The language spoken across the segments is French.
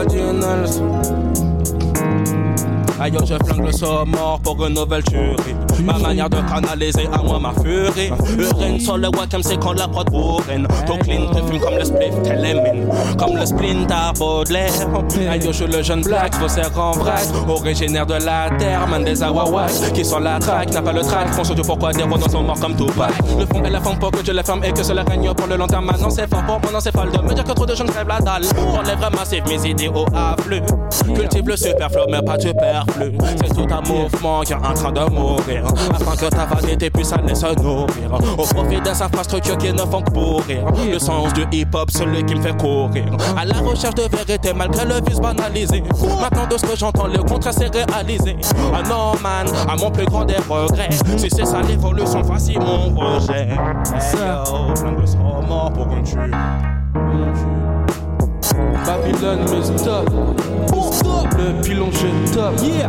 criminals. Ailleurs je flingue le mort pour une nouvelle tuerie Ma manière de canaliser à moi ma furie Urine sur le wacam c'est quand la prod bourrine Tout clean, te fume comme le spliff, t'es les mines Comme le splint à Baudelaire Aïe je suis le jeune black, faussaire en vrac Originaire de la terre, man des awawas Qui sur la traque, n'a pas le trac Fonce Dieu pourquoi des dans sont morts comme Tupac Le fond et la forme pour que je la ferme et que cela gagne pour le long terme Maintenant c'est fort pour mon encéphale de me dire que trop de jeunes rêvent la dalle Relève massif mes idéaux affluent Cultive le superflu mais pas du perf c'est tout un mouvement qui est en train de mourir. Afin que ta vanité puisse aller se nourrir. Au profit des infrastructures qui ne font que pourrir. Le sens du hip-hop, celui qui me fait courir. À la recherche de vérité, malgré le vice banalisé. Maintenant de ce que j'entends, le contraire s'est réalisé. Ah non, man, à mon plus grand des regrets. Si c'est ça l'évolution, voici mon rejet. Hey yo, plein de seront morts pour une tue. Babylone me stop. Stop. Le pilon je top. Yeah.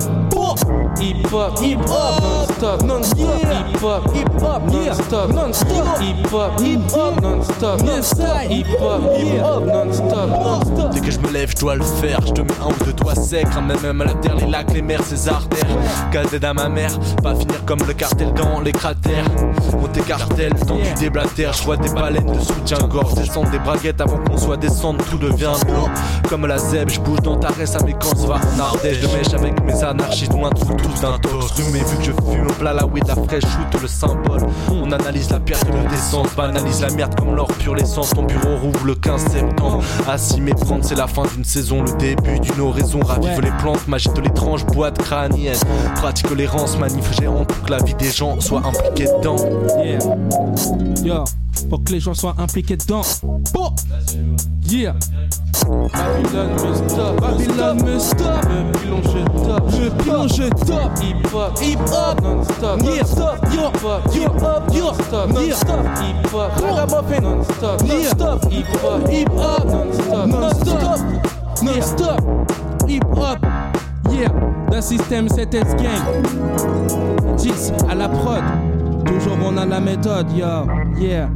Hip hop, hip hop, non stop, non stop. Hip hop, hip hop, non stop, non stop. Hip hop, hip hop, non stop, non stop. Hip hop, hip hop, non stop, non stop. Dès que je me lève, je dois le faire. Je te mets un ou deux doigts secs. Ramène même à la terre, les lacs, les mers, ses artères. Cadet à ma mère, pas finir comme le cartel dans les cratères. On t'écartèle, dans du déblatère. Je vois des baleines de soutien-gorge. Descendre des braguettes avant qu'on soit descendre, tout devient comme la zeb, je bouge dans ta reste avec quand va en Ardèche Je mèche avec mes anarchistes, loin trouve tous d'un tox Mais vu que je fume plat la weed, la fraîche shoot le symbole On analyse la perte de l'essence, banalise la merde comme l'or pur l'essence Ton bureau rouvre le 15 septembre Assis méprendre, c'est la fin d'une saison, le début d'une oraison Ravive les plantes, magie de l'étrange boîte crânienne Pratique l'errance, manif géant pour que la vie des gens soit impliquée dedans Yeah. Yo, pour que les gens soient impliqués dedans. Bon. Yeah. Babylone me stop, Babylone me stop. Le pilon je top, le pilon je top. Hip hop, hip hop, non stop, non stop. Yo hop, yo hop, yo stop, non stop. Hip hop, ragamuffin non stop, non stop. Hip hop, hip hop, non stop, non stop, non stop. Hip hop, yeah. D'un système 7S gang. 10 à la prod. Toujours on a la méthode, yo. Yeah.